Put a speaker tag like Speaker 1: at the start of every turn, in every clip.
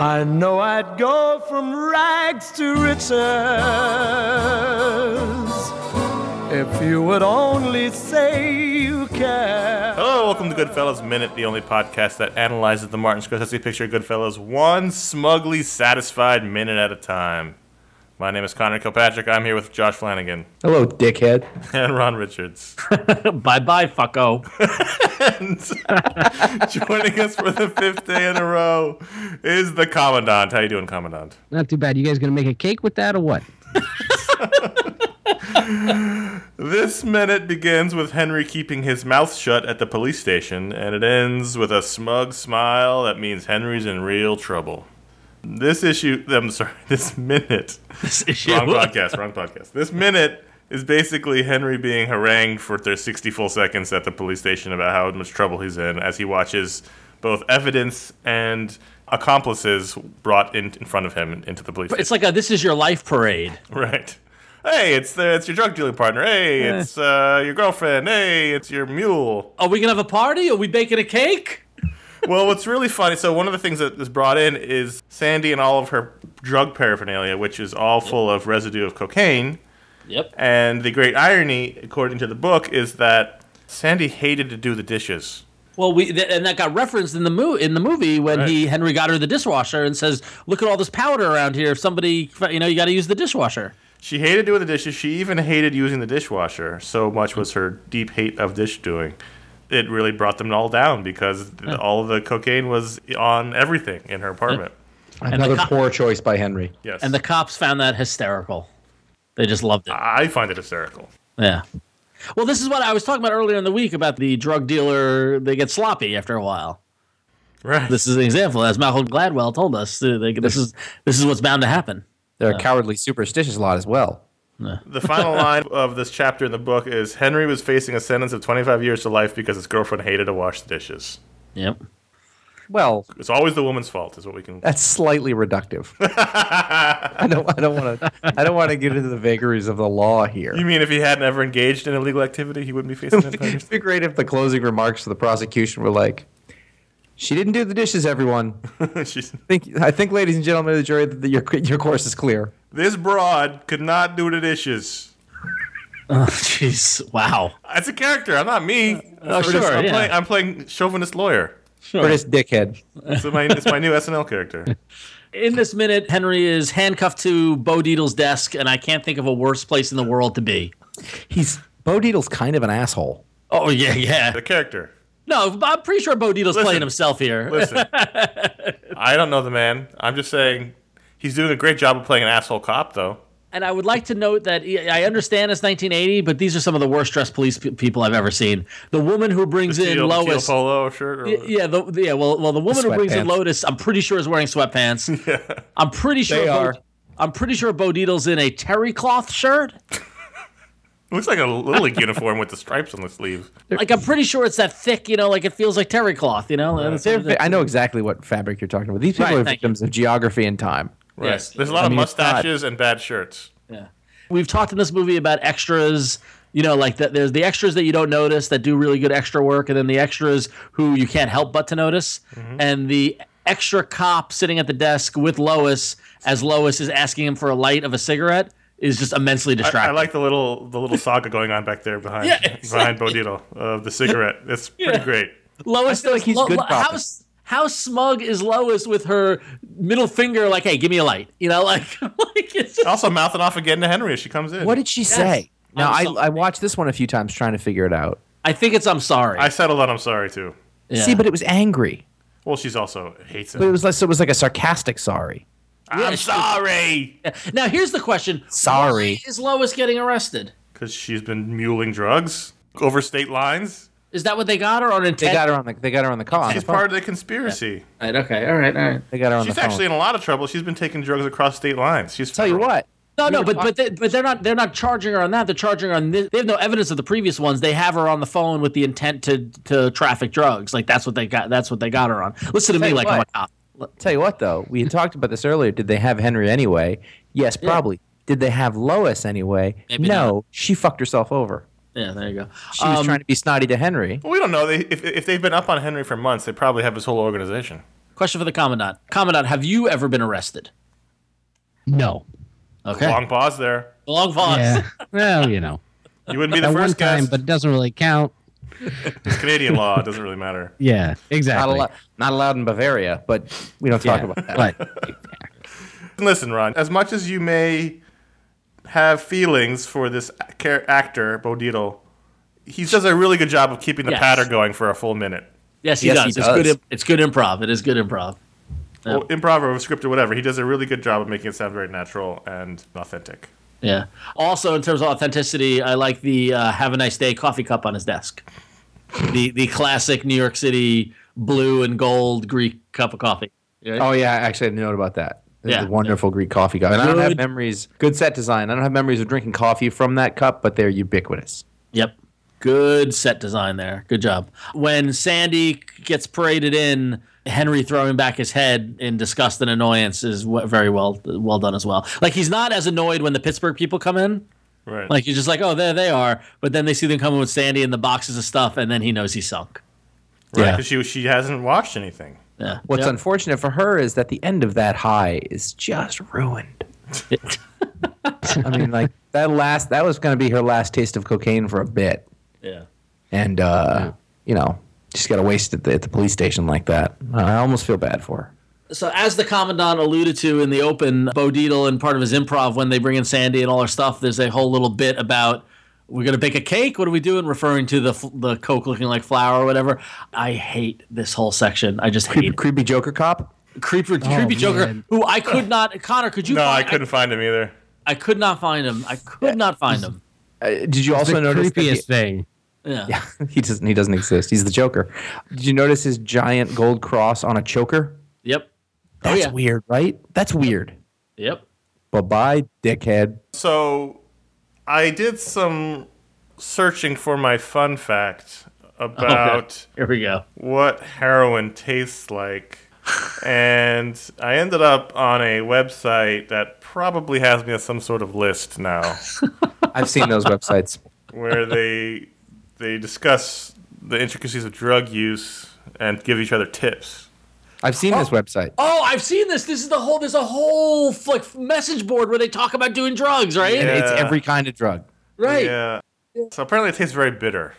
Speaker 1: I know I'd go from rags to riches if you would only say you care.
Speaker 2: Hello, welcome to Goodfellas Minute, the only podcast that analyzes the Martin Scorsese picture Goodfellas one smugly satisfied minute at a time. My name is Connor Kilpatrick. I'm here with Josh Flanagan
Speaker 3: Hello, dickhead.
Speaker 2: and Ron Richards.
Speaker 3: bye bye, fucko.
Speaker 2: And joining us for the fifth day in a row is the Commandant. How you doing, Commandant?
Speaker 4: Not too bad. You guys gonna make a cake with that or what?
Speaker 2: This minute begins with Henry keeping his mouth shut at the police station, and it ends with a smug smile that means Henry's in real trouble. This issue, I'm sorry, this minute,
Speaker 3: This
Speaker 2: wrong
Speaker 3: issue.
Speaker 2: podcast, wrong podcast. This minute is basically Henry being harangued for their 60 full seconds at the police station about how much trouble he's in as he watches both evidence and accomplices brought in, in front of him into the police station.
Speaker 3: It's like a this is your life parade.
Speaker 2: Right. Hey, it's the, it's your drug dealing partner. Hey, it's uh, your girlfriend. Hey, it's your mule.
Speaker 3: Are we gonna have a party? Are we baking a cake?
Speaker 2: well, what's really funny? So one of the things that is brought in is Sandy and all of her drug paraphernalia, which is all full of residue of cocaine.
Speaker 3: Yep.
Speaker 2: And the great irony, according to the book, is that Sandy hated to do the dishes.
Speaker 3: Well, we th- and that got referenced in the mo- in the movie when
Speaker 5: Right.
Speaker 3: he Henry got her the dishwasher and says, "Look at all this powder around here. If somebody, you know, you got to use the dishwasher."
Speaker 5: She hated doing the dishes. She even hated using the dishwasher. So much was her deep hate of dish doing. It really brought them all down because th all of the cocaine was on everything in her apartment.
Speaker 6: Another
Speaker 3: co-
Speaker 6: poor choice by Henry.
Speaker 5: Yes.
Speaker 3: And the cops found that hysterical. They just loved it.
Speaker 5: I find it hysterical.
Speaker 3: Yeah. Well, this is what I was talking about earlier in the week about the drug dealer. They get sloppy after a while.
Speaker 5: Right.
Speaker 3: This is an example, as Malcolm Gladwell told us. uh, they- This is this is what's bound to happen.
Speaker 6: They're a cowardly, superstitious lot as well.
Speaker 5: The final line of this chapter in the book is Henry was facing a sentence of 25 years to life because his girlfriend hated to wash the dishes.
Speaker 3: Yep.
Speaker 6: Well,
Speaker 5: It's always the woman's fault, is what we can.
Speaker 6: that's slightly reductive. I don't. I don't want to. I don't want to get into the vagaries of the law here.
Speaker 5: You mean if he hadn't ever engaged in illegal activity, he wouldn't be facing that?
Speaker 6: It'd be great if the closing remarks of the prosecution were like, "She didn't do the dishes, everyone." I
Speaker 5: punishment? She's-
Speaker 6: think, I think, ladies and gentlemen of the jury, that your your course is clear.
Speaker 5: this broad could not do the dishes.
Speaker 3: Oh, Jeez. Wow.
Speaker 5: It's a character. I'm not me.
Speaker 3: oh,
Speaker 5: Curtis,
Speaker 3: sure,
Speaker 5: I'm,
Speaker 3: yeah.
Speaker 5: playing, I'm playing chauvinist lawyer.
Speaker 6: Curtis Dickhead.
Speaker 5: It's my, it's my new SNL character.
Speaker 3: In this minute, Henry is handcuffed to Bo Deedle's desk, and I can't think of a worse place in the world to be.
Speaker 6: He's Bo Deedle's kind of an asshole.
Speaker 3: Oh yeah, yeah.
Speaker 5: The character.
Speaker 3: No, I'm pretty sure Bo Deedle's
Speaker 5: Listen.
Speaker 3: playing himself here.
Speaker 5: Listen, I don't know the man. I'm just saying he's doing a great job of playing an asshole cop, though.
Speaker 3: And I would like to note that I understand it's 1980, but these are some of the worst dressed police pe- people I've ever seen. The woman who brings in
Speaker 5: Teal- teal
Speaker 3: Lois.
Speaker 5: polo shirt. Or,
Speaker 3: Yeah, the, yeah. Well, well, the woman who brings in
Speaker 6: Sweatpants.
Speaker 3: Lotus, I'm pretty sure is wearing sweatpants. I'm pretty sure.
Speaker 6: They
Speaker 3: Bo-
Speaker 6: are.
Speaker 3: I'm pretty sure Bo Deedle's in a terry cloth shirt.
Speaker 5: Looks like a little league uniform with the stripes on the sleeve.
Speaker 3: Like I'm pretty sure it's that thick. You know, like it feels like terry cloth. You know. And it's-
Speaker 6: They're fa- I know exactly what fabric you're talking about. These people
Speaker 3: Right,
Speaker 6: are
Speaker 3: thank
Speaker 6: victims of geography and time.
Speaker 3: Yes.
Speaker 5: There's a lot
Speaker 6: I
Speaker 5: of
Speaker 6: mean, it's not-
Speaker 5: mustaches and bad shirts.
Speaker 3: We've talked in this movie about extras. You know, like that. There's the extras that you don't notice that do really good extra work, and then the extras who you can't help but to notice,
Speaker 6: Mm-hmm.
Speaker 3: and the extra cop sitting at the desk with Lois as Lois is asking him for a light of a cigarette is just immensely
Speaker 5: I-
Speaker 3: distracting.
Speaker 5: I like the little the little saga going on back there behind
Speaker 3: Yeah, exactly.
Speaker 5: behind Bodito of the cigarette. It's pretty great.
Speaker 3: Lois
Speaker 6: feel like he's
Speaker 3: Lo-
Speaker 6: good
Speaker 3: Lo- how,
Speaker 6: cop.
Speaker 3: s- how smug is Lois with her middle finger? Like, hey, give me a light. You know, like, like it's just,
Speaker 5: Also mouthing off again to Henry as she comes in.
Speaker 6: What did she say? Now I,
Speaker 3: sorry.
Speaker 6: I watched this one a few times trying to figure it out.
Speaker 3: I think it's I'm sorry.
Speaker 5: I settled on I'm sorry too.
Speaker 3: Yeah.
Speaker 6: See, but it was angry.
Speaker 5: Well, she's also hates
Speaker 6: But it
Speaker 5: him.
Speaker 6: was like so it was like a sarcastic sorry.
Speaker 5: I'm sorry
Speaker 3: now here's the question:
Speaker 6: Sorry.
Speaker 3: Why is Lois getting arrested?
Speaker 5: because she's been muling drugs over state lines.
Speaker 3: Is that what they got her on intent?
Speaker 6: They got her on the they got her on the call. on
Speaker 5: She's
Speaker 6: the phone.
Speaker 5: part of the conspiracy.
Speaker 3: Right, okay, all right, all right.
Speaker 6: They got her on
Speaker 5: She's
Speaker 6: the phone.
Speaker 5: actually in a lot of trouble. She's been taking drugs across state lines. She's
Speaker 6: Tell you what,
Speaker 3: No, no, but but they, but they're not they're not charging her on that. They're charging her on this. They have no evidence of the previous ones. They have her on the phone with the intent to to traffic drugs. Like that's what they got. That's what they got her on. Listen to me,
Speaker 6: you
Speaker 3: like I'm a
Speaker 6: what.
Speaker 3: cop.
Speaker 6: tell you what though, we had talked about this earlier. Did they have Henry anyway? Yes, probably. Did they have Lois anyway?
Speaker 3: Maybe Um,
Speaker 6: no, she fucked herself over.
Speaker 3: Yeah, there you go.
Speaker 6: She was trying to be snotty to Henry.
Speaker 5: Well, we don't know. They, if, if they've been up on Henry for months, they probably have his whole organization.
Speaker 3: Question for the commandant. Commandant, have you ever been arrested?
Speaker 4: No.
Speaker 3: Okay.
Speaker 5: Long pause there.
Speaker 3: Long pause.
Speaker 4: Yeah. well, you know,
Speaker 5: You wouldn't be the
Speaker 4: that one
Speaker 5: first guy.
Speaker 4: time, but it doesn't really count.
Speaker 5: It's Canadian law. It doesn't really matter.
Speaker 4: Yeah,
Speaker 6: Not,
Speaker 4: exactly.
Speaker 6: allo- not allowed in Bavaria, but we don't talk
Speaker 4: Yeah,
Speaker 6: about that.
Speaker 4: But
Speaker 5: Listen, Ron, as much as you may have feelings for this a- char- actor, Bodito, he does a really good job of keeping the
Speaker 3: Yes.
Speaker 5: patter going for a full minute.
Speaker 3: Yes, he
Speaker 6: Yes,
Speaker 3: does.
Speaker 6: he
Speaker 3: It's good.
Speaker 6: does.
Speaker 3: imp- It's good improv. It is good improv.
Speaker 5: Or improv or script or whatever. He does a really good job of making it sound very natural and authentic.
Speaker 3: Yeah. Also, in terms of authenticity, I like the uh, "Have a nice day" coffee cup on his desk. The the classic New York City blue and gold Greek cup of coffee. Yeah.
Speaker 6: Oh yeah, actually, I didn't know about that. The
Speaker 3: Yeah.
Speaker 6: the wonderful Greek coffee cup. And I don't have
Speaker 3: Good.
Speaker 6: memories. Good set design. I don't have memories of drinking coffee from that cup, but they're ubiquitous.
Speaker 3: Yep. Good set design there. Good job. When Sandy gets paraded in, Henry throwing back his head in disgust and annoyance is w- very well well done as well. Like he's not as annoyed when the Pittsburgh people come in.
Speaker 5: Right.
Speaker 3: Like he's just like, oh, there they are. But then they see them coming with Sandy and the boxes of stuff, and then he knows he's sunk.
Speaker 5: right.
Speaker 3: yeah.
Speaker 5: 'cause she, she hasn't watched anything.
Speaker 3: Yeah.
Speaker 6: What's
Speaker 3: Yep.
Speaker 6: unfortunate for her is that the end of that high is just ruined. I mean, like that last that was going to be her last taste of cocaine for a bit,
Speaker 3: Yeah.
Speaker 6: and uh, you know, She's got to waste at the, at the police station like that. I almost feel bad for her.
Speaker 3: So, as the commandant alluded to in the open, Bo Deedle and part of his improv when they bring in Sandy and all her stuff, there's a whole little bit about we're gonna bake a cake. What are we doing? Referring to the f- the coke looking like flour or whatever. I hate this whole section. I just hate
Speaker 6: Creepy, creepy Joker cop.
Speaker 3: it. Creeper, creepy Oh, Joker,
Speaker 4: man.
Speaker 3: who I could not. Connor, could you?
Speaker 5: No, I
Speaker 3: find,
Speaker 5: couldn't find him either.
Speaker 3: I, could not find him. I could not find him.
Speaker 6: Uh, did you also
Speaker 4: the
Speaker 6: notice that
Speaker 4: creepiest thing.
Speaker 3: Yeah.
Speaker 6: he, he doesn't he doesn't exist? He's the Joker. Did you notice his giant gold cross on a choker?
Speaker 3: Yep.
Speaker 6: That's
Speaker 3: yeah.
Speaker 6: weird, right? That's weird.
Speaker 3: Yep.
Speaker 6: Bye bye, dickhead.
Speaker 5: So I did some searching for my fun fact about
Speaker 3: Here we go.
Speaker 5: what heroin tastes like. and I ended up on a website that probably has me as some sort of list now
Speaker 6: I've seen those websites.
Speaker 5: where they they discuss the intricacies of drug use and give each other tips.
Speaker 6: I've seen this website.
Speaker 3: Oh, I've seen this. This is the whole. There's a whole like message board where they talk about doing drugs, right?
Speaker 5: Yeah.
Speaker 6: It's every kind of drug.
Speaker 3: Right.
Speaker 5: Yeah. So apparently it tastes very bitter.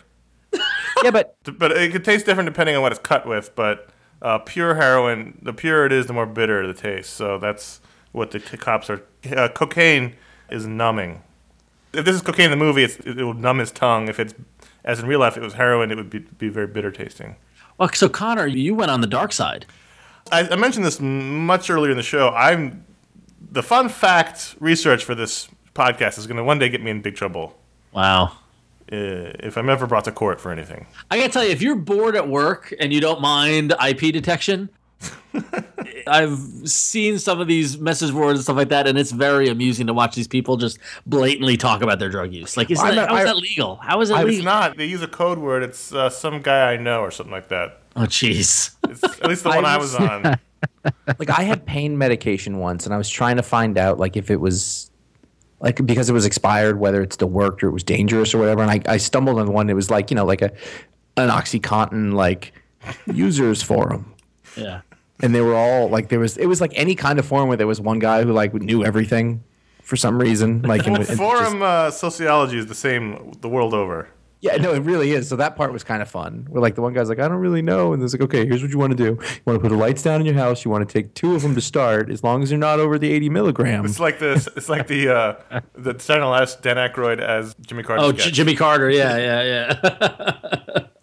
Speaker 6: Yeah, but
Speaker 5: D- But it could taste different depending on what it's cut with, but uh, pure heroin, the purer it is, the more bitter the taste. So that's what the c- cops are. Uh, cocaine is numbing. If this is cocaine in the movie, it's, it, it will numb his tongue. If it's, as in real life, it was heroin, it would be, be very bitter tasting.
Speaker 3: Well, so Connor, you went on the dark side.
Speaker 5: I, I mentioned this m- much earlier in the show. I'm the fun fact research for this podcast is going to one day get me in big trouble
Speaker 3: Wow.
Speaker 5: uh, if I'm ever brought to court for anything.
Speaker 3: I gotta tell you, if you're bored at work and you don't mind IP detection, I've seen some of these message boards and stuff like that, and it's very amusing to watch these people just blatantly talk about their drug use. Like, is
Speaker 6: I'm not-
Speaker 3: that, how is
Speaker 6: I-
Speaker 3: that legal? How is that
Speaker 5: It's
Speaker 3: legal?
Speaker 5: not. They use a code word. It's uh, some guy I know or something like that.
Speaker 3: oh, jeez.
Speaker 5: It's at least the one I was on.
Speaker 6: like I had pain medication once, and I was trying to find out like if it was like because it was expired, whether it still worked or it was dangerous or whatever. And I, I stumbled on one. It was like you know like a an OxyContin like users forum.
Speaker 3: Yeah.
Speaker 6: And they were all like there was it was like any kind of forum where there was one guy who like knew everything for some reason like and, and just-
Speaker 5: Forum uh, sociology is the same the world over.
Speaker 6: yeah no it really is so that part was kind of fun where like the one guy's like I don't really know and there's like okay here's what you want to do you want to put the lights down in your house you want to take two of them to start as long as you're not over the 80 milligrams
Speaker 5: It's like this. It's like the uh, the Saturday Night Live's Dan Aykroyd as Jimmy Carter.
Speaker 3: Oh,
Speaker 5: sketch.
Speaker 3: J- Jimmy Carter. Yeah, yeah, yeah.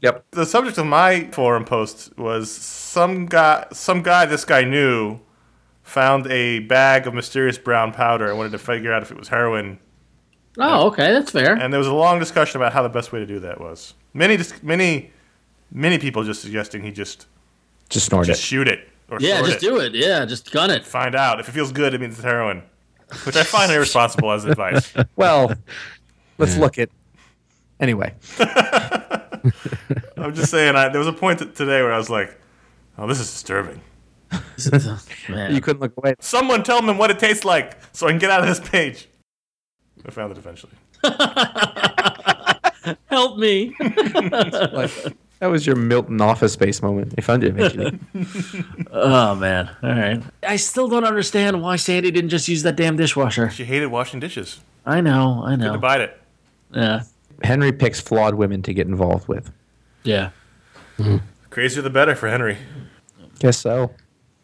Speaker 6: yep
Speaker 5: the subject of my forum post was some guy some guy this guy knew found a bag of mysterious brown powder and wanted to figure out if it was heroin
Speaker 3: oh, okay, that's fair.
Speaker 5: and there was a long discussion about how the best way to do that was many dis- many many people just suggesting he just
Speaker 6: just snort
Speaker 5: just
Speaker 6: it.
Speaker 5: shoot it or
Speaker 3: Yeah,
Speaker 5: snort
Speaker 3: just do it. Yeah, just gun it.
Speaker 5: find out if it feels good it means it's heroin which i find irresponsible as advice
Speaker 6: Well, let's look at. Anyway,
Speaker 5: i'm just saying I, there was a point t- today where i was like oh this is disturbing
Speaker 3: Man.
Speaker 6: you couldn't look away.
Speaker 5: someone tell me what it tastes like so i can get out of this page i found it eventually
Speaker 3: Help me.
Speaker 6: Like, that was your Milton Office Space moment. If I did eventually.
Speaker 3: Oh man. All right. I still don't understand why Sandy didn't just use that damn dishwasher.
Speaker 5: She hated washing dishes.
Speaker 3: I know. I
Speaker 5: To
Speaker 3: know.
Speaker 5: bite it.
Speaker 3: Yeah.
Speaker 6: Henry picks flawed women to get involved with.
Speaker 3: Yeah.
Speaker 5: Crazier the better for Henry.
Speaker 6: Guess so.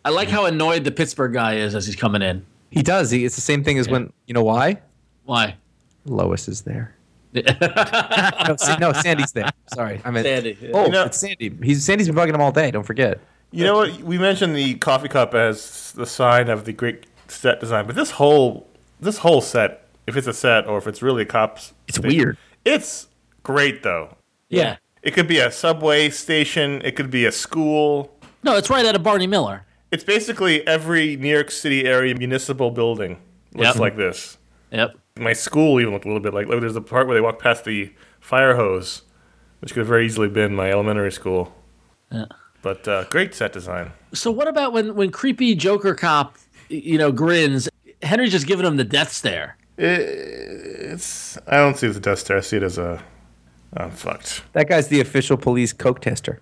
Speaker 3: I like how annoyed the Pittsburgh guy is as he's coming in.
Speaker 6: He does. He, it's the same thing as when you know why
Speaker 3: Why?
Speaker 6: Lois is there. no, Sa- no, Sandy's there. Sorry, I meant
Speaker 3: Sandy, yeah.
Speaker 6: Oh,
Speaker 5: You know-
Speaker 6: it's Sandy. He's Sandy's been bugging him all day. Don't forget.
Speaker 5: You know what? We mentioned the coffee cup as the sign of the great set design, but this whole this whole set, if it's a set or if it's really a cop's,
Speaker 6: It's weird.
Speaker 5: It's great though.
Speaker 3: Yeah.
Speaker 5: It could be a subway station. It could be a school.
Speaker 3: No, it's right out of Barney Miller.
Speaker 5: It's basically every New York City area municipal building looks
Speaker 3: Yep.
Speaker 5: like this.
Speaker 3: Yep.
Speaker 5: My school even looked a little bit like. Like there's the part where they walk past the fire hose, which could have very easily been my elementary school.
Speaker 3: Yeah.
Speaker 5: But uh, great set design.
Speaker 3: So what about when when creepy Joker cop, y- you know, grins? Henry's just giving him the death stare.
Speaker 5: It's I don't see it as a death stare. I see it as a I'm fucked.
Speaker 6: That guy's the official police coke tester.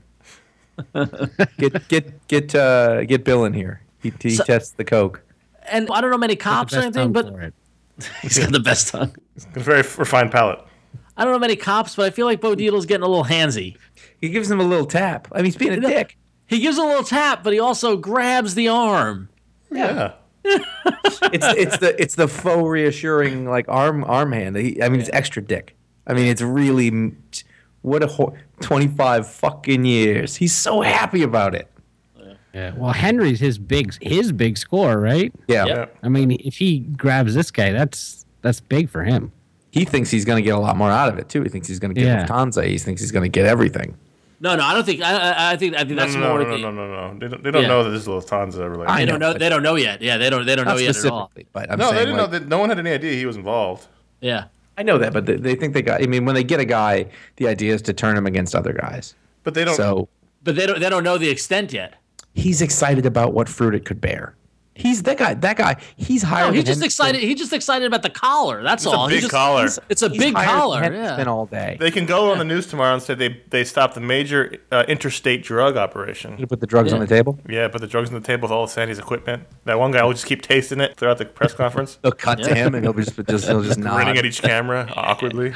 Speaker 6: get get get uh, get Bill in here. He, he tests the coke.
Speaker 3: And I don't know many
Speaker 4: The
Speaker 3: cops or
Speaker 4: best time
Speaker 3: anything, but
Speaker 4: for it.
Speaker 3: he's got the best tongue.
Speaker 5: Got a very refined palate.
Speaker 3: I don't know many cops, but I feel like Bo Deedle's getting a little handsy.
Speaker 6: He gives him a little tap. I mean, he's being a dick.
Speaker 3: He gives a little tap, but he also grabs the arm.
Speaker 2: Yeah.
Speaker 6: It's it's the it's the faux reassuring like arm arm hand. He, I mean, it's extra dick. I mean, it's really what a ho- twenty five fucking years. He's so happy about it.
Speaker 4: Yeah. Well, Henry's his big his big score, right?
Speaker 6: Yeah.
Speaker 2: Yeah.
Speaker 4: I mean, if he grabs this guy, that's that's big for him.
Speaker 6: He thinks he's going to get a lot more out of it too. He thinks he's going to get
Speaker 4: Yeah.
Speaker 6: Lufthansa. He thinks he's going to get everything.
Speaker 3: No, no, I don't think. I, I, I think. I think that's
Speaker 2: no, no,
Speaker 3: more.
Speaker 2: no,
Speaker 3: the,
Speaker 2: no, no, no. They don't, they don't
Speaker 3: Yeah.
Speaker 2: know that this is Lufthansa related.
Speaker 6: I
Speaker 3: They
Speaker 6: know,
Speaker 3: don't know.
Speaker 6: but-
Speaker 3: They don't know yet. Yeah, they don't. They don't
Speaker 6: Not
Speaker 3: know yet at all.
Speaker 6: specifically, but I'm
Speaker 2: no,
Speaker 6: saying
Speaker 2: they didn't
Speaker 6: like,
Speaker 2: know that. No one had any idea he was involved.
Speaker 3: Yeah.
Speaker 6: I know that, but they, they think they got. I mean, when they get a guy, the idea is to turn him against other guys.
Speaker 2: But they don't.
Speaker 6: So
Speaker 3: But they don't. They don't know the extent yet.
Speaker 6: he's excited about what fruit it could bear. He's that guy. That guy. He's hired.
Speaker 3: No, he's Oh, just
Speaker 6: Henderson-
Speaker 3: excited. He's just excited about the collar. That's
Speaker 2: a
Speaker 3: all. He's
Speaker 2: big
Speaker 3: just-
Speaker 2: collar.
Speaker 3: he's- It's a
Speaker 6: he's
Speaker 3: big
Speaker 6: hired
Speaker 3: collar.
Speaker 6: Henderson
Speaker 3: Yeah.
Speaker 6: all day.
Speaker 2: They can go on the news tomorrow and say they they stopped a major uh, interstate drug operation.
Speaker 6: to put the drugs on the table.
Speaker 2: Yeah, but the drugs on the table with all of Sandy's equipment. That one guy will just keep tasting it throughout the press conference,
Speaker 6: They'll cut to him, and he'll just just he'll just nod.
Speaker 2: grinning at each camera awkwardly.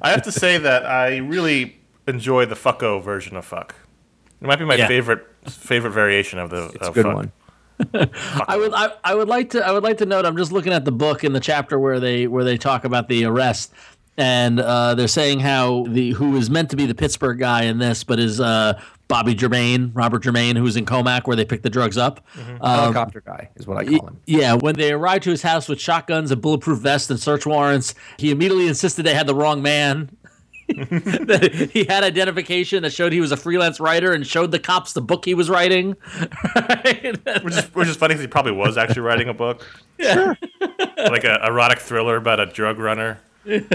Speaker 2: I have to say that I really enjoy the fucko version of fuck. It might be my
Speaker 3: Yeah.
Speaker 2: favorite favorite variation of the.
Speaker 6: It's a
Speaker 2: of
Speaker 6: good
Speaker 2: fuck.
Speaker 6: one.
Speaker 3: I would. I, I would like to. I would like to note. I'm just looking at the book in the chapter where they where they talk about the arrest, and uh, they're saying how the who is meant to be the Pittsburgh guy in this, but is uh, Bobby Germain, Robert Germain, who's in Comac where they pick the drugs up. Um,
Speaker 6: Helicopter guy is what I call him.
Speaker 3: Yeah, when they arrived to his house with shotguns, a bulletproof vest, and search warrants, he immediately insisted they had the wrong man. That he had identification that showed he was a freelance writer and showed the cops the book he was writing. Right?
Speaker 2: Which is which is funny because he probably was actually writing a book. like a erotic thriller about a drug runner.
Speaker 3: Needless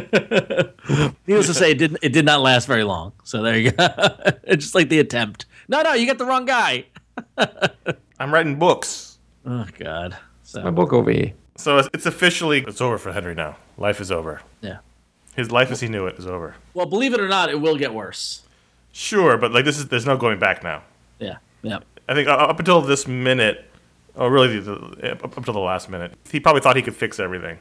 Speaker 3: to say, it didn't. It did not last very long. So there you go. It's just like the attempt. No, no, you got the wrong guy.
Speaker 2: I'm writing books.
Speaker 3: Oh God.
Speaker 6: My
Speaker 3: So
Speaker 6: book over here.
Speaker 2: So it's, it's officially it's over for Henry now. Life is over.
Speaker 3: yeah.
Speaker 2: His life as he knew it is over.
Speaker 3: Well, believe it or not, it will get worse.
Speaker 2: Sure, but like this is there's no going back now.
Speaker 3: Yeah. Yeah.
Speaker 2: I think uh, up until this minute, or really the, the, up up until the last minute, he probably thought he could fix everything.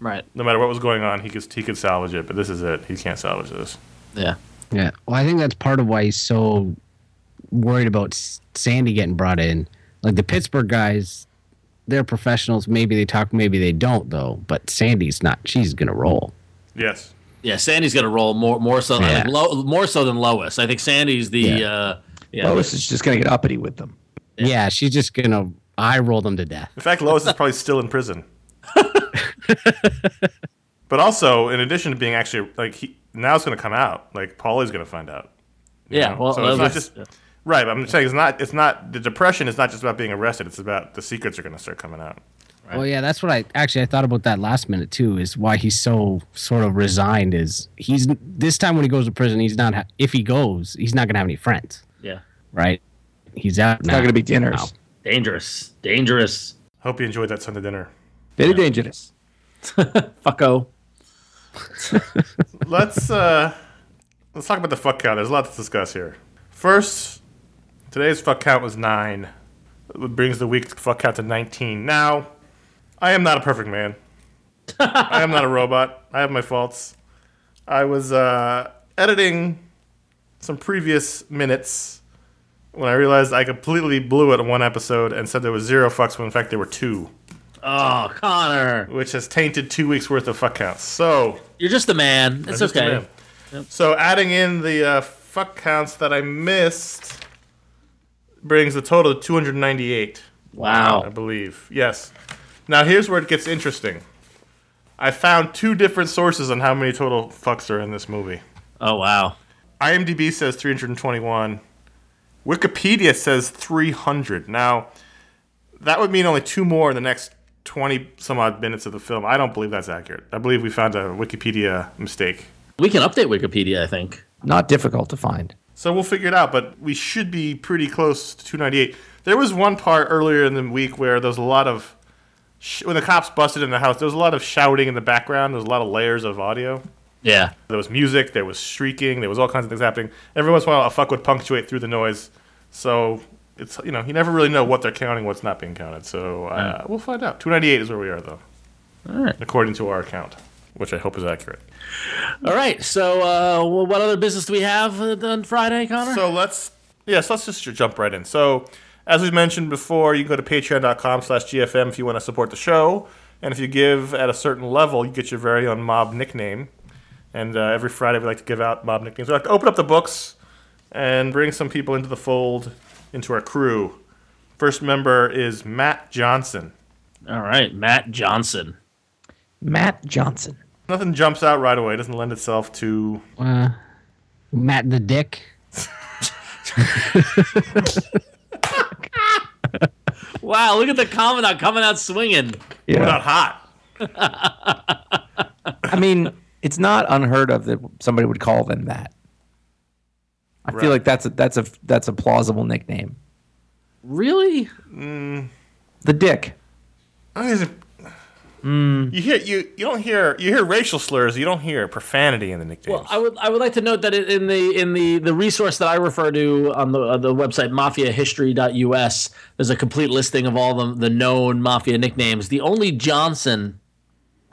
Speaker 3: Right.
Speaker 2: No matter what was going on, he could he could salvage it. But this is it. He can't salvage this.
Speaker 3: Yeah.
Speaker 4: Yeah. Well, I think that's part of why he's so worried about S- Sandy getting brought in. Like the Pittsburgh guys, they're professionals. Maybe they talk, maybe they don't, though. But Sandy's not. She's going to roll.
Speaker 2: Yes.
Speaker 3: Yeah. Sandy's gonna roll more more so
Speaker 4: Yeah.
Speaker 3: like, Lo- more so than Lois. I think Sandy's the.
Speaker 4: Yeah.
Speaker 3: Uh, yeah.
Speaker 6: Lois is just going to get uppity with them.
Speaker 4: Yeah, she's just going to eye roll them to death.
Speaker 2: In fact, Lois is probably still in prison. but also, in addition to being actually like he, now it's going to come out. Like Paulie's going to find out. you
Speaker 3: Yeah,
Speaker 2: know?
Speaker 3: well,
Speaker 2: so it's not
Speaker 3: Lois-
Speaker 2: just right. But I'm saying it's not. It's not the depression is not just about being arrested. It's about the secrets are going to start coming out.
Speaker 4: Well, yeah, that's what I actually I thought about that last minute too. Is why he's so sort of resigned. Is he's this time when he goes to prison, he's not. Ha- if he goes, he's not gonna have any friends,
Speaker 3: yeah.
Speaker 4: right? He's out.
Speaker 6: It's
Speaker 4: now.
Speaker 6: not going to be dinners.
Speaker 3: Dangerous. Dangerous.
Speaker 2: Hope you enjoyed that Sunday dinner.
Speaker 6: Very dangerous.
Speaker 3: Fucko.
Speaker 2: let's uh, let's talk about the fuck count. There's a lot to discuss here. First, today's fuck count was nine. It brings the week's fuck count to 19. Now, I am not a perfect man. I am not a robot. I have my faults. I was uh, editing some previous minutes when I realized I completely blew it on one episode and said there was zero fucks when in fact there were two,
Speaker 3: Oh, Connor.
Speaker 2: which has tainted two weeks worth of fuck counts. So.
Speaker 3: You're just a man. It's
Speaker 2: Just a
Speaker 3: okay.
Speaker 2: minute. So adding in the uh, fuck counts that I missed brings the total to 298, I
Speaker 3: Wow.
Speaker 2: believe. Yes. Now here's where it gets interesting. I found two different sources on how many total fucks are in this movie.
Speaker 3: Oh, wow.
Speaker 2: IMDb says 321. Wikipedia says 300. Now, that would mean only two more in the next 20 some odd minutes of the film. I don't believe that's accurate. I believe we found a Wikipedia mistake.
Speaker 3: We can update Wikipedia, I think.
Speaker 6: Not difficult to find.
Speaker 2: So we'll figure it out, but we should be pretty close to 298. There was one part earlier in the week where there was a lot of. Sh- when the cops busted in the house, there was a lot of shouting in the background. There was a lot of layers of audio.
Speaker 3: Yeah.
Speaker 2: There was music, there was shrieking, there was all kinds of things happening. Every once in a while, a fuck would punctuate through the noise. So it's, you know, you never really know what they're counting, what's not being counted. So uh, we'll find out. 298 is where we are, though,
Speaker 3: All right.
Speaker 2: according to our account. which I hope is accurate.
Speaker 3: All right. So, uh, wh- what other business do we have uh, on Friday, Connor?
Speaker 2: So let's yes, let's just jump right in. So as we mentioned before, you can go to patreon.com slash GFM if you want to support the show. And if you give at a certain level, you get your very own mob nickname. And uh, every Friday we like to give out mob nicknames. We like to open up the books and bring some people into the fold, into our crew. First member is Matt Johnson.
Speaker 3: All right, Matt Johnson.
Speaker 6: Matt Johnson.
Speaker 2: Nothing jumps out right away. It doesn't lend itself to
Speaker 4: Uh, Matt the Dick.
Speaker 3: Wow, look at the comment out coming out swinging.
Speaker 2: we're not hot.
Speaker 6: I mean, it's not unheard of that somebody would call them that. I
Speaker 2: Right.
Speaker 6: feel like that's a that's a that's a plausible nickname.
Speaker 3: Really?
Speaker 6: The Dick.
Speaker 2: I mean, is it-
Speaker 3: Hmm.
Speaker 2: You hear you you don't hear you hear racial slurs. You don't hear profanity in the nicknames.
Speaker 3: Well, I would I would like to note that it- in the in the the resource that I refer to on the uh, the website mafiahistory.us, there's a complete listing of all the the known mafia nicknames. The only Johnson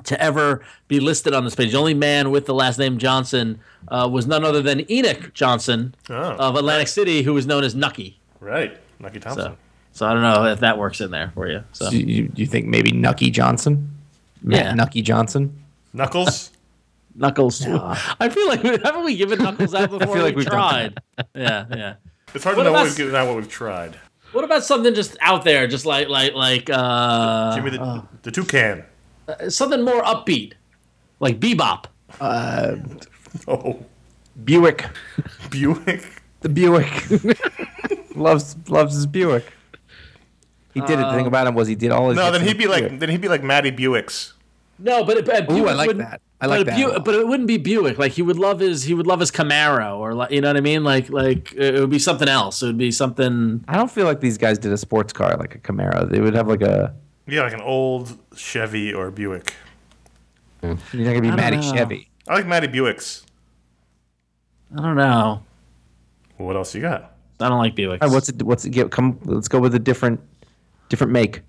Speaker 3: to ever be listed on this page, the only man with the last name Johnson, uh, was none other than Enoch Johnson of Atlantic City, who was known as Nucky.
Speaker 2: right, Nucky Thompson.
Speaker 3: So, so I don't know if that works in there for you. So
Speaker 6: Do you, do you think maybe Nucky Johnson? Matt
Speaker 3: Yeah.
Speaker 6: Nucky Johnson.
Speaker 2: Knuckles.
Speaker 3: Knuckles. I feel like we- haven't we given Knuckles out before? I
Speaker 6: like
Speaker 3: we
Speaker 6: we've done
Speaker 3: tried. Yeah, yeah.
Speaker 2: It's hard
Speaker 3: What
Speaker 2: to know what
Speaker 3: about
Speaker 2: we've given out, what we've tried.
Speaker 3: What about something just out there, just like like like uh,
Speaker 2: Jimmy the, the toucan.
Speaker 3: something more upbeat, like bebop?
Speaker 2: Oh,
Speaker 6: Buick.
Speaker 2: Buick.
Speaker 6: The Buick. loves loves his Buick. He did it. The thing about him was he did all his.
Speaker 2: No,
Speaker 6: hits
Speaker 2: then
Speaker 6: in
Speaker 2: he'd
Speaker 6: the
Speaker 2: be like
Speaker 6: Buick.
Speaker 2: then he'd be like Matty Buicks.
Speaker 3: No, but it, but
Speaker 6: Ooh, I
Speaker 3: Buick
Speaker 6: like
Speaker 3: wouldn't-
Speaker 6: that. I like
Speaker 3: but
Speaker 6: that
Speaker 3: Bu-
Speaker 6: a lot.
Speaker 3: but it wouldn't be Buick. Like he would love his he would love his Camaro or like you know what I mean. Like like it would be something else. It would be something.
Speaker 6: I don't feel like these guys did a sports car like a Camaro. They would have like a.
Speaker 2: Yeah, like an old Chevy or Buick.
Speaker 6: You're not gonna be Matty
Speaker 3: know.
Speaker 6: Chevy.
Speaker 2: I like Matty Buicks.
Speaker 3: I don't know.
Speaker 2: What else you got?
Speaker 3: I don't like Buick.
Speaker 6: All right, what's it? What's it? Get, come. Let's go with a different, different make.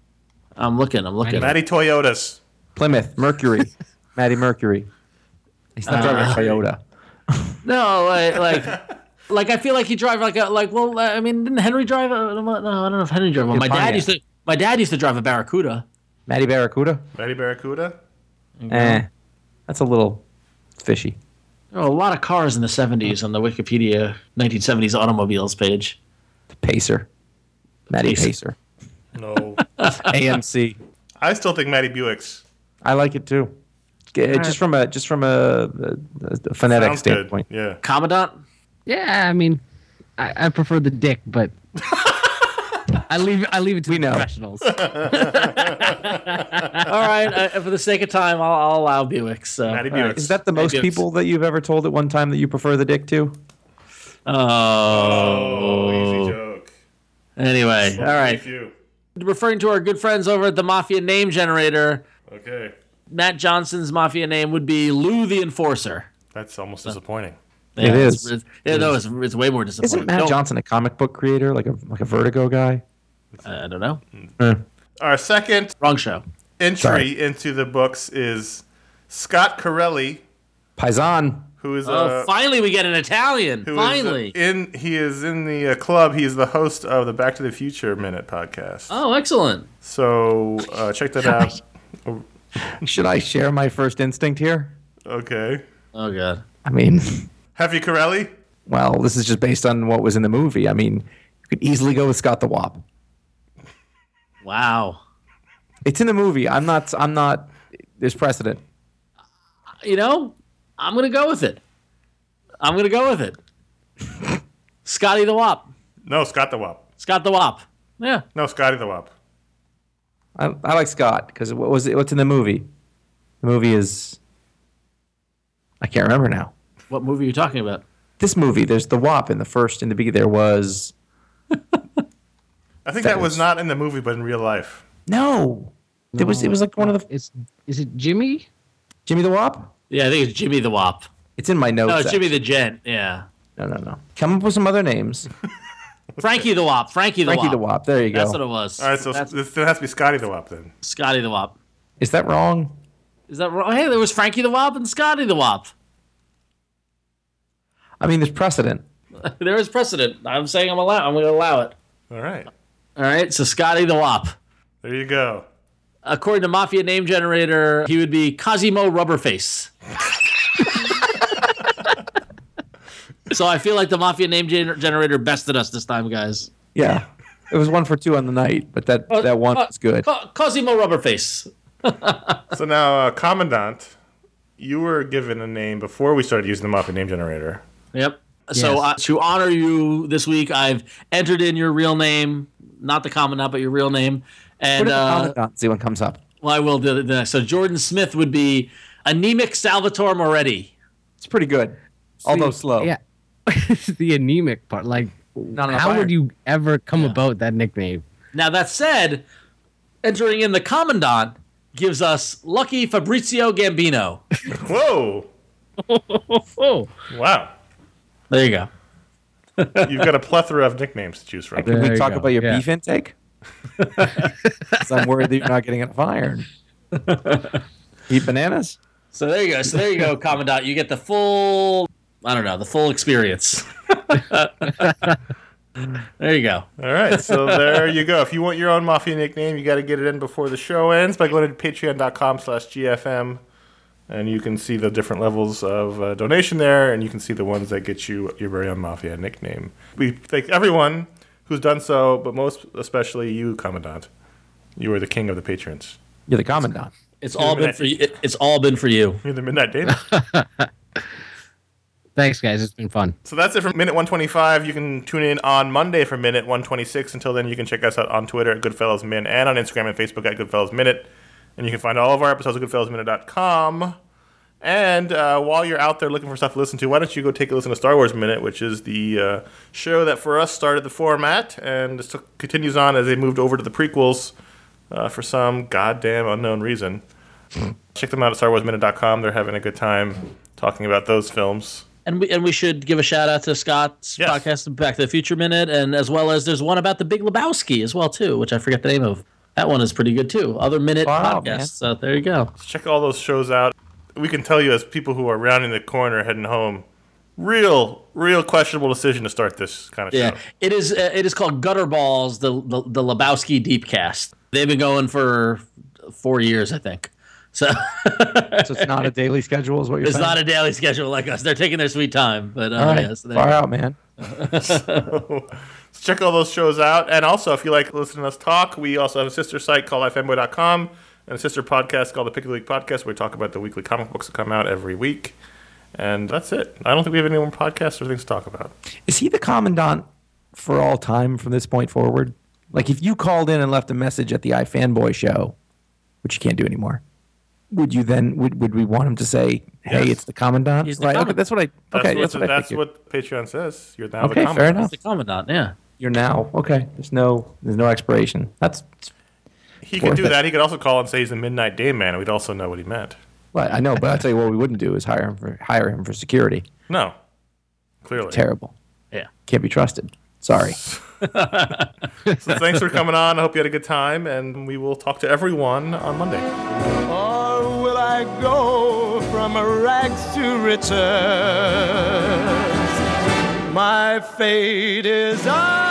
Speaker 3: I'm looking. I'm looking.
Speaker 2: Matty Toyotas.
Speaker 6: Plymouth Mercury. Matty Mercury. He's not driving a Toyota.
Speaker 3: No, like like. Like I feel like he drive like a like well I mean didn't Henry drive a, no I don't know if Henry drove one. My dad
Speaker 6: Pontiac.
Speaker 3: used to my dad used to drive a Barracuda.
Speaker 6: Matty Barracuda.
Speaker 2: Matty Barracuda.
Speaker 6: Eh, that's a little fishy.
Speaker 3: There were Oh, a lot of cars in the 70s on the Wikipedia 1970s automobiles page.
Speaker 6: The Pacer. Matty Pacer.
Speaker 3: Pacer.
Speaker 2: No,
Speaker 6: AMC.
Speaker 2: I still think Matty Buicks.
Speaker 6: I like it too. G- eh, Just from a just from a, a, a phonetic
Speaker 2: Sounds good.
Speaker 6: standpoint.
Speaker 2: Yeah.
Speaker 3: Commandant?
Speaker 4: Yeah, I mean, I, I prefer the Dick, but I leave I leave it to the
Speaker 6: know.
Speaker 4: professionals.
Speaker 3: All right, uh, for the sake of time, I'll, I'll allow Buick. So.
Speaker 2: Matty
Speaker 3: all right.
Speaker 2: Buicks.
Speaker 6: Is that the most
Speaker 3: Maybe it's-
Speaker 6: people that you've ever told at one time that you prefer the dick to?
Speaker 2: oh,
Speaker 3: Oh.
Speaker 2: easy joke.
Speaker 3: Anyway, all right.
Speaker 2: Few.
Speaker 3: Referring to our good friends over at the Mafia Name Generator,
Speaker 2: Okay,
Speaker 3: Matt Johnson's Mafia name would be Lou the Enforcer.
Speaker 2: that's almost disappointing.
Speaker 3: Yeah,
Speaker 6: It
Speaker 3: it's-
Speaker 6: is.
Speaker 3: It's, yeah, no, it's, it's way more disappointing.
Speaker 6: Isn't Matt
Speaker 3: Don't-
Speaker 6: Johnson a comic book creator, like a like a Vertigo guy?
Speaker 3: I don't know.
Speaker 2: Our second
Speaker 3: Wrong show.
Speaker 2: entry
Speaker 6: Sorry.
Speaker 2: into the books is Scott Corelli,
Speaker 6: Paisan.
Speaker 2: who is
Speaker 3: oh,
Speaker 2: uh,
Speaker 3: finally, we get an Italian.
Speaker 2: who is, uh,
Speaker 3: Finally.
Speaker 2: in he is in the uh, club. He is the host of the Back to the Future Minute podcast.
Speaker 3: oh, excellent.
Speaker 2: So uh, check that out.
Speaker 6: Should I share my first instinct here?
Speaker 2: okay,
Speaker 3: Oh, God.
Speaker 6: I mean,
Speaker 2: Heavy Corelli.
Speaker 6: well, this is just based on what was in the movie. I mean, you could easily go with Scott the Wop.
Speaker 3: Wow.
Speaker 6: It's in the movie. I'm not. I'm not. There's precedent.
Speaker 3: you know, I'm gonna go with it. I'm gonna go with it. Scotty the Wop.
Speaker 2: No, Scott the Wop.
Speaker 3: Scott the Wop. Yeah.
Speaker 2: No, Scotty the Wop.
Speaker 6: I, I like Scott because what was it? What's in the movie? The movie is. I can't remember now.
Speaker 3: What movie are you talking about?
Speaker 6: This movie, there's the Wop in the first. In the beginning, there was
Speaker 2: I think
Speaker 6: That
Speaker 2: that was
Speaker 6: is-
Speaker 2: not in the movie, but in real life.
Speaker 6: no. There was. It was like one of the
Speaker 4: It's is it Jimmy?
Speaker 6: Jimmy the Wop.
Speaker 3: Yeah, I think it's Jimmy the Wop.
Speaker 6: It's in my notes.
Speaker 3: No, it's Jimmy
Speaker 6: actually.
Speaker 3: the Gent. Yeah.
Speaker 6: No, no, no. Come up with some other names.
Speaker 3: Frankie the Wop. Frankie the
Speaker 6: Frankie
Speaker 3: Wop.
Speaker 6: the Wop. There you go.
Speaker 3: That's what it was.
Speaker 2: All right, so
Speaker 3: That's
Speaker 2: this, it has to be Scotty the Wop then.
Speaker 3: Scotty the Wop.
Speaker 6: Is that wrong?
Speaker 3: Is that wrong? Hey, there was Frankie the Wop and Scotty the Wop.
Speaker 6: I mean, there's precedent.
Speaker 3: There is precedent. I'm saying I'm allow. I'm going to allow it.
Speaker 2: All right.
Speaker 3: All right. So Scotty the Wop.
Speaker 2: There you go.
Speaker 3: According to Mafia Name Generator, he would be Cosimo Rubberface. so I feel like the Mafia Name Gen- Generator bested us this time, guys.
Speaker 6: Yeah. Oh, It was one for two on the night, but that, that one was good.
Speaker 3: Co- Cosimo Rubberface.
Speaker 2: So now, uh, Commandant, you were given a name before we started using the Muppet name generator.
Speaker 3: Yep. So
Speaker 4: Yes.
Speaker 3: uh, to honor you this week, I've entered in your real name, not the commandant, but your real name. And
Speaker 6: Put it in the
Speaker 3: uh,
Speaker 6: commandant, see what comes up.
Speaker 3: well, I will do the- the next. So Jordan Smith would be anemic Salvatore Moretti.
Speaker 6: It's pretty good, although slow.
Speaker 4: Yeah. the anemic part. Like,
Speaker 6: Oh. Not enough
Speaker 4: how
Speaker 6: iron.
Speaker 4: would you ever come about that nickname?
Speaker 3: Now that said, entering in the commandant gives us lucky Fabrizio Gambino.
Speaker 2: Whoa!
Speaker 4: Oh,
Speaker 2: Wow.
Speaker 3: There you go.
Speaker 2: You've got a plethora of nicknames to choose from.
Speaker 6: Can
Speaker 4: There
Speaker 6: we
Speaker 4: you
Speaker 6: talk
Speaker 4: go.
Speaker 6: about your
Speaker 4: Yeah.
Speaker 6: beef intake? 'Cause I'm worried that you're not getting enough iron. Eat bananas?
Speaker 3: So there you go. So there you go, commandant. You get the full. I don't know the full experience. there you go.
Speaker 2: All right, so there you go. If you want your own mafia nickname, you got to get it in before the show ends by going to patreon.com slash gfm, and you can see the different levels of uh, donation there, and you can see the ones that get you your very own mafia nickname. We thank everyone who's done so, but most especially you, Commandant. You are the king of the patrons.
Speaker 6: You're the commandant.
Speaker 3: It's all been for you. it- It's all been for you.
Speaker 2: You're the midnight demon.
Speaker 4: thanks, guys. It's been fun.
Speaker 2: So that's it for minute 125. You can tune in on Monday for minute 126. Until then, you can check us out on Twitter at Goodfellas Min and on Instagram and Facebook at Goodfellas Minute. And you can find all of our episodes at goodfellasminute.com. And uh, while you're out there looking for stuff to listen to, why don't you go take a listen to Star Wars Minute, which is the uh, show that for us started the format and still continues on as they moved over to the prequels uh, for some goddamn unknown reason. Check them out at starwarsminute.com. They're having a good time talking about those films.
Speaker 3: And we and we should give a shout out to Scott's
Speaker 2: Yes.
Speaker 3: podcast, Back to the Future Minute, and as well as there's one about the Big Lebowski as well too, which I forget the name of. That one is pretty good too. Other minute
Speaker 6: Wow,
Speaker 3: podcasts.
Speaker 6: man.
Speaker 3: So there you go.
Speaker 2: check all those shows out. We can tell you as people who are rounding the corner heading home, real, real questionable decision to start this kind of
Speaker 3: Yeah,
Speaker 2: show.
Speaker 3: it is. Uh, it is called Gutter Balls, the, the the Lebowski Deep Cast. They've been going for four years, I think. So
Speaker 6: So it's not a daily schedule, is what you're
Speaker 3: it's
Speaker 6: saying?
Speaker 3: not a daily schedule like us. They're taking their sweet time, but uh,
Speaker 6: All right.
Speaker 3: yeah, so there you
Speaker 6: Far
Speaker 3: go.
Speaker 6: out, man.
Speaker 2: So check all those shows out. And also, if you like listening to us talk, we also have a sister site called ifanboy.com and a sister podcast called the Pickle League Podcast, where we talk about the weekly comic books that come out every week. And that's it. I don't think we have any more podcasts or things to talk about.
Speaker 6: Is he the commandant for all time from this point forward? Like, if you called in and left a message at the iFanboy show, which you can't do anymore, would you then would, would we want him to say, "Hey,
Speaker 2: Yes.
Speaker 6: it's the commandant"?
Speaker 3: He's the
Speaker 6: right?
Speaker 3: commandant.
Speaker 6: Okay, that's what I.
Speaker 2: That's
Speaker 6: Okay,
Speaker 2: what,
Speaker 6: that's what, I
Speaker 2: that's
Speaker 6: figured.
Speaker 2: what Patreon says. You're now
Speaker 6: okay,
Speaker 2: the
Speaker 6: fair
Speaker 2: commandant.
Speaker 6: enough.
Speaker 3: The commandant, yeah.
Speaker 6: You're now okay. There's no there's no expiration. That's
Speaker 2: He could
Speaker 6: Worth
Speaker 2: do
Speaker 6: it.
Speaker 2: that. He could also call and say he's the Midnight Day Man, and we'd also know what he meant.
Speaker 6: well, I know, but I tell you what, we wouldn't do is hire him for hire him for security.
Speaker 2: No, clearly.
Speaker 6: Terrible.
Speaker 3: Yeah.
Speaker 6: Can't be trusted. Sorry.
Speaker 2: So thanks for coming on. I hope you had a good time, and we will talk to everyone on Monday.
Speaker 1: Or will I go from rags to riches? My fate is on.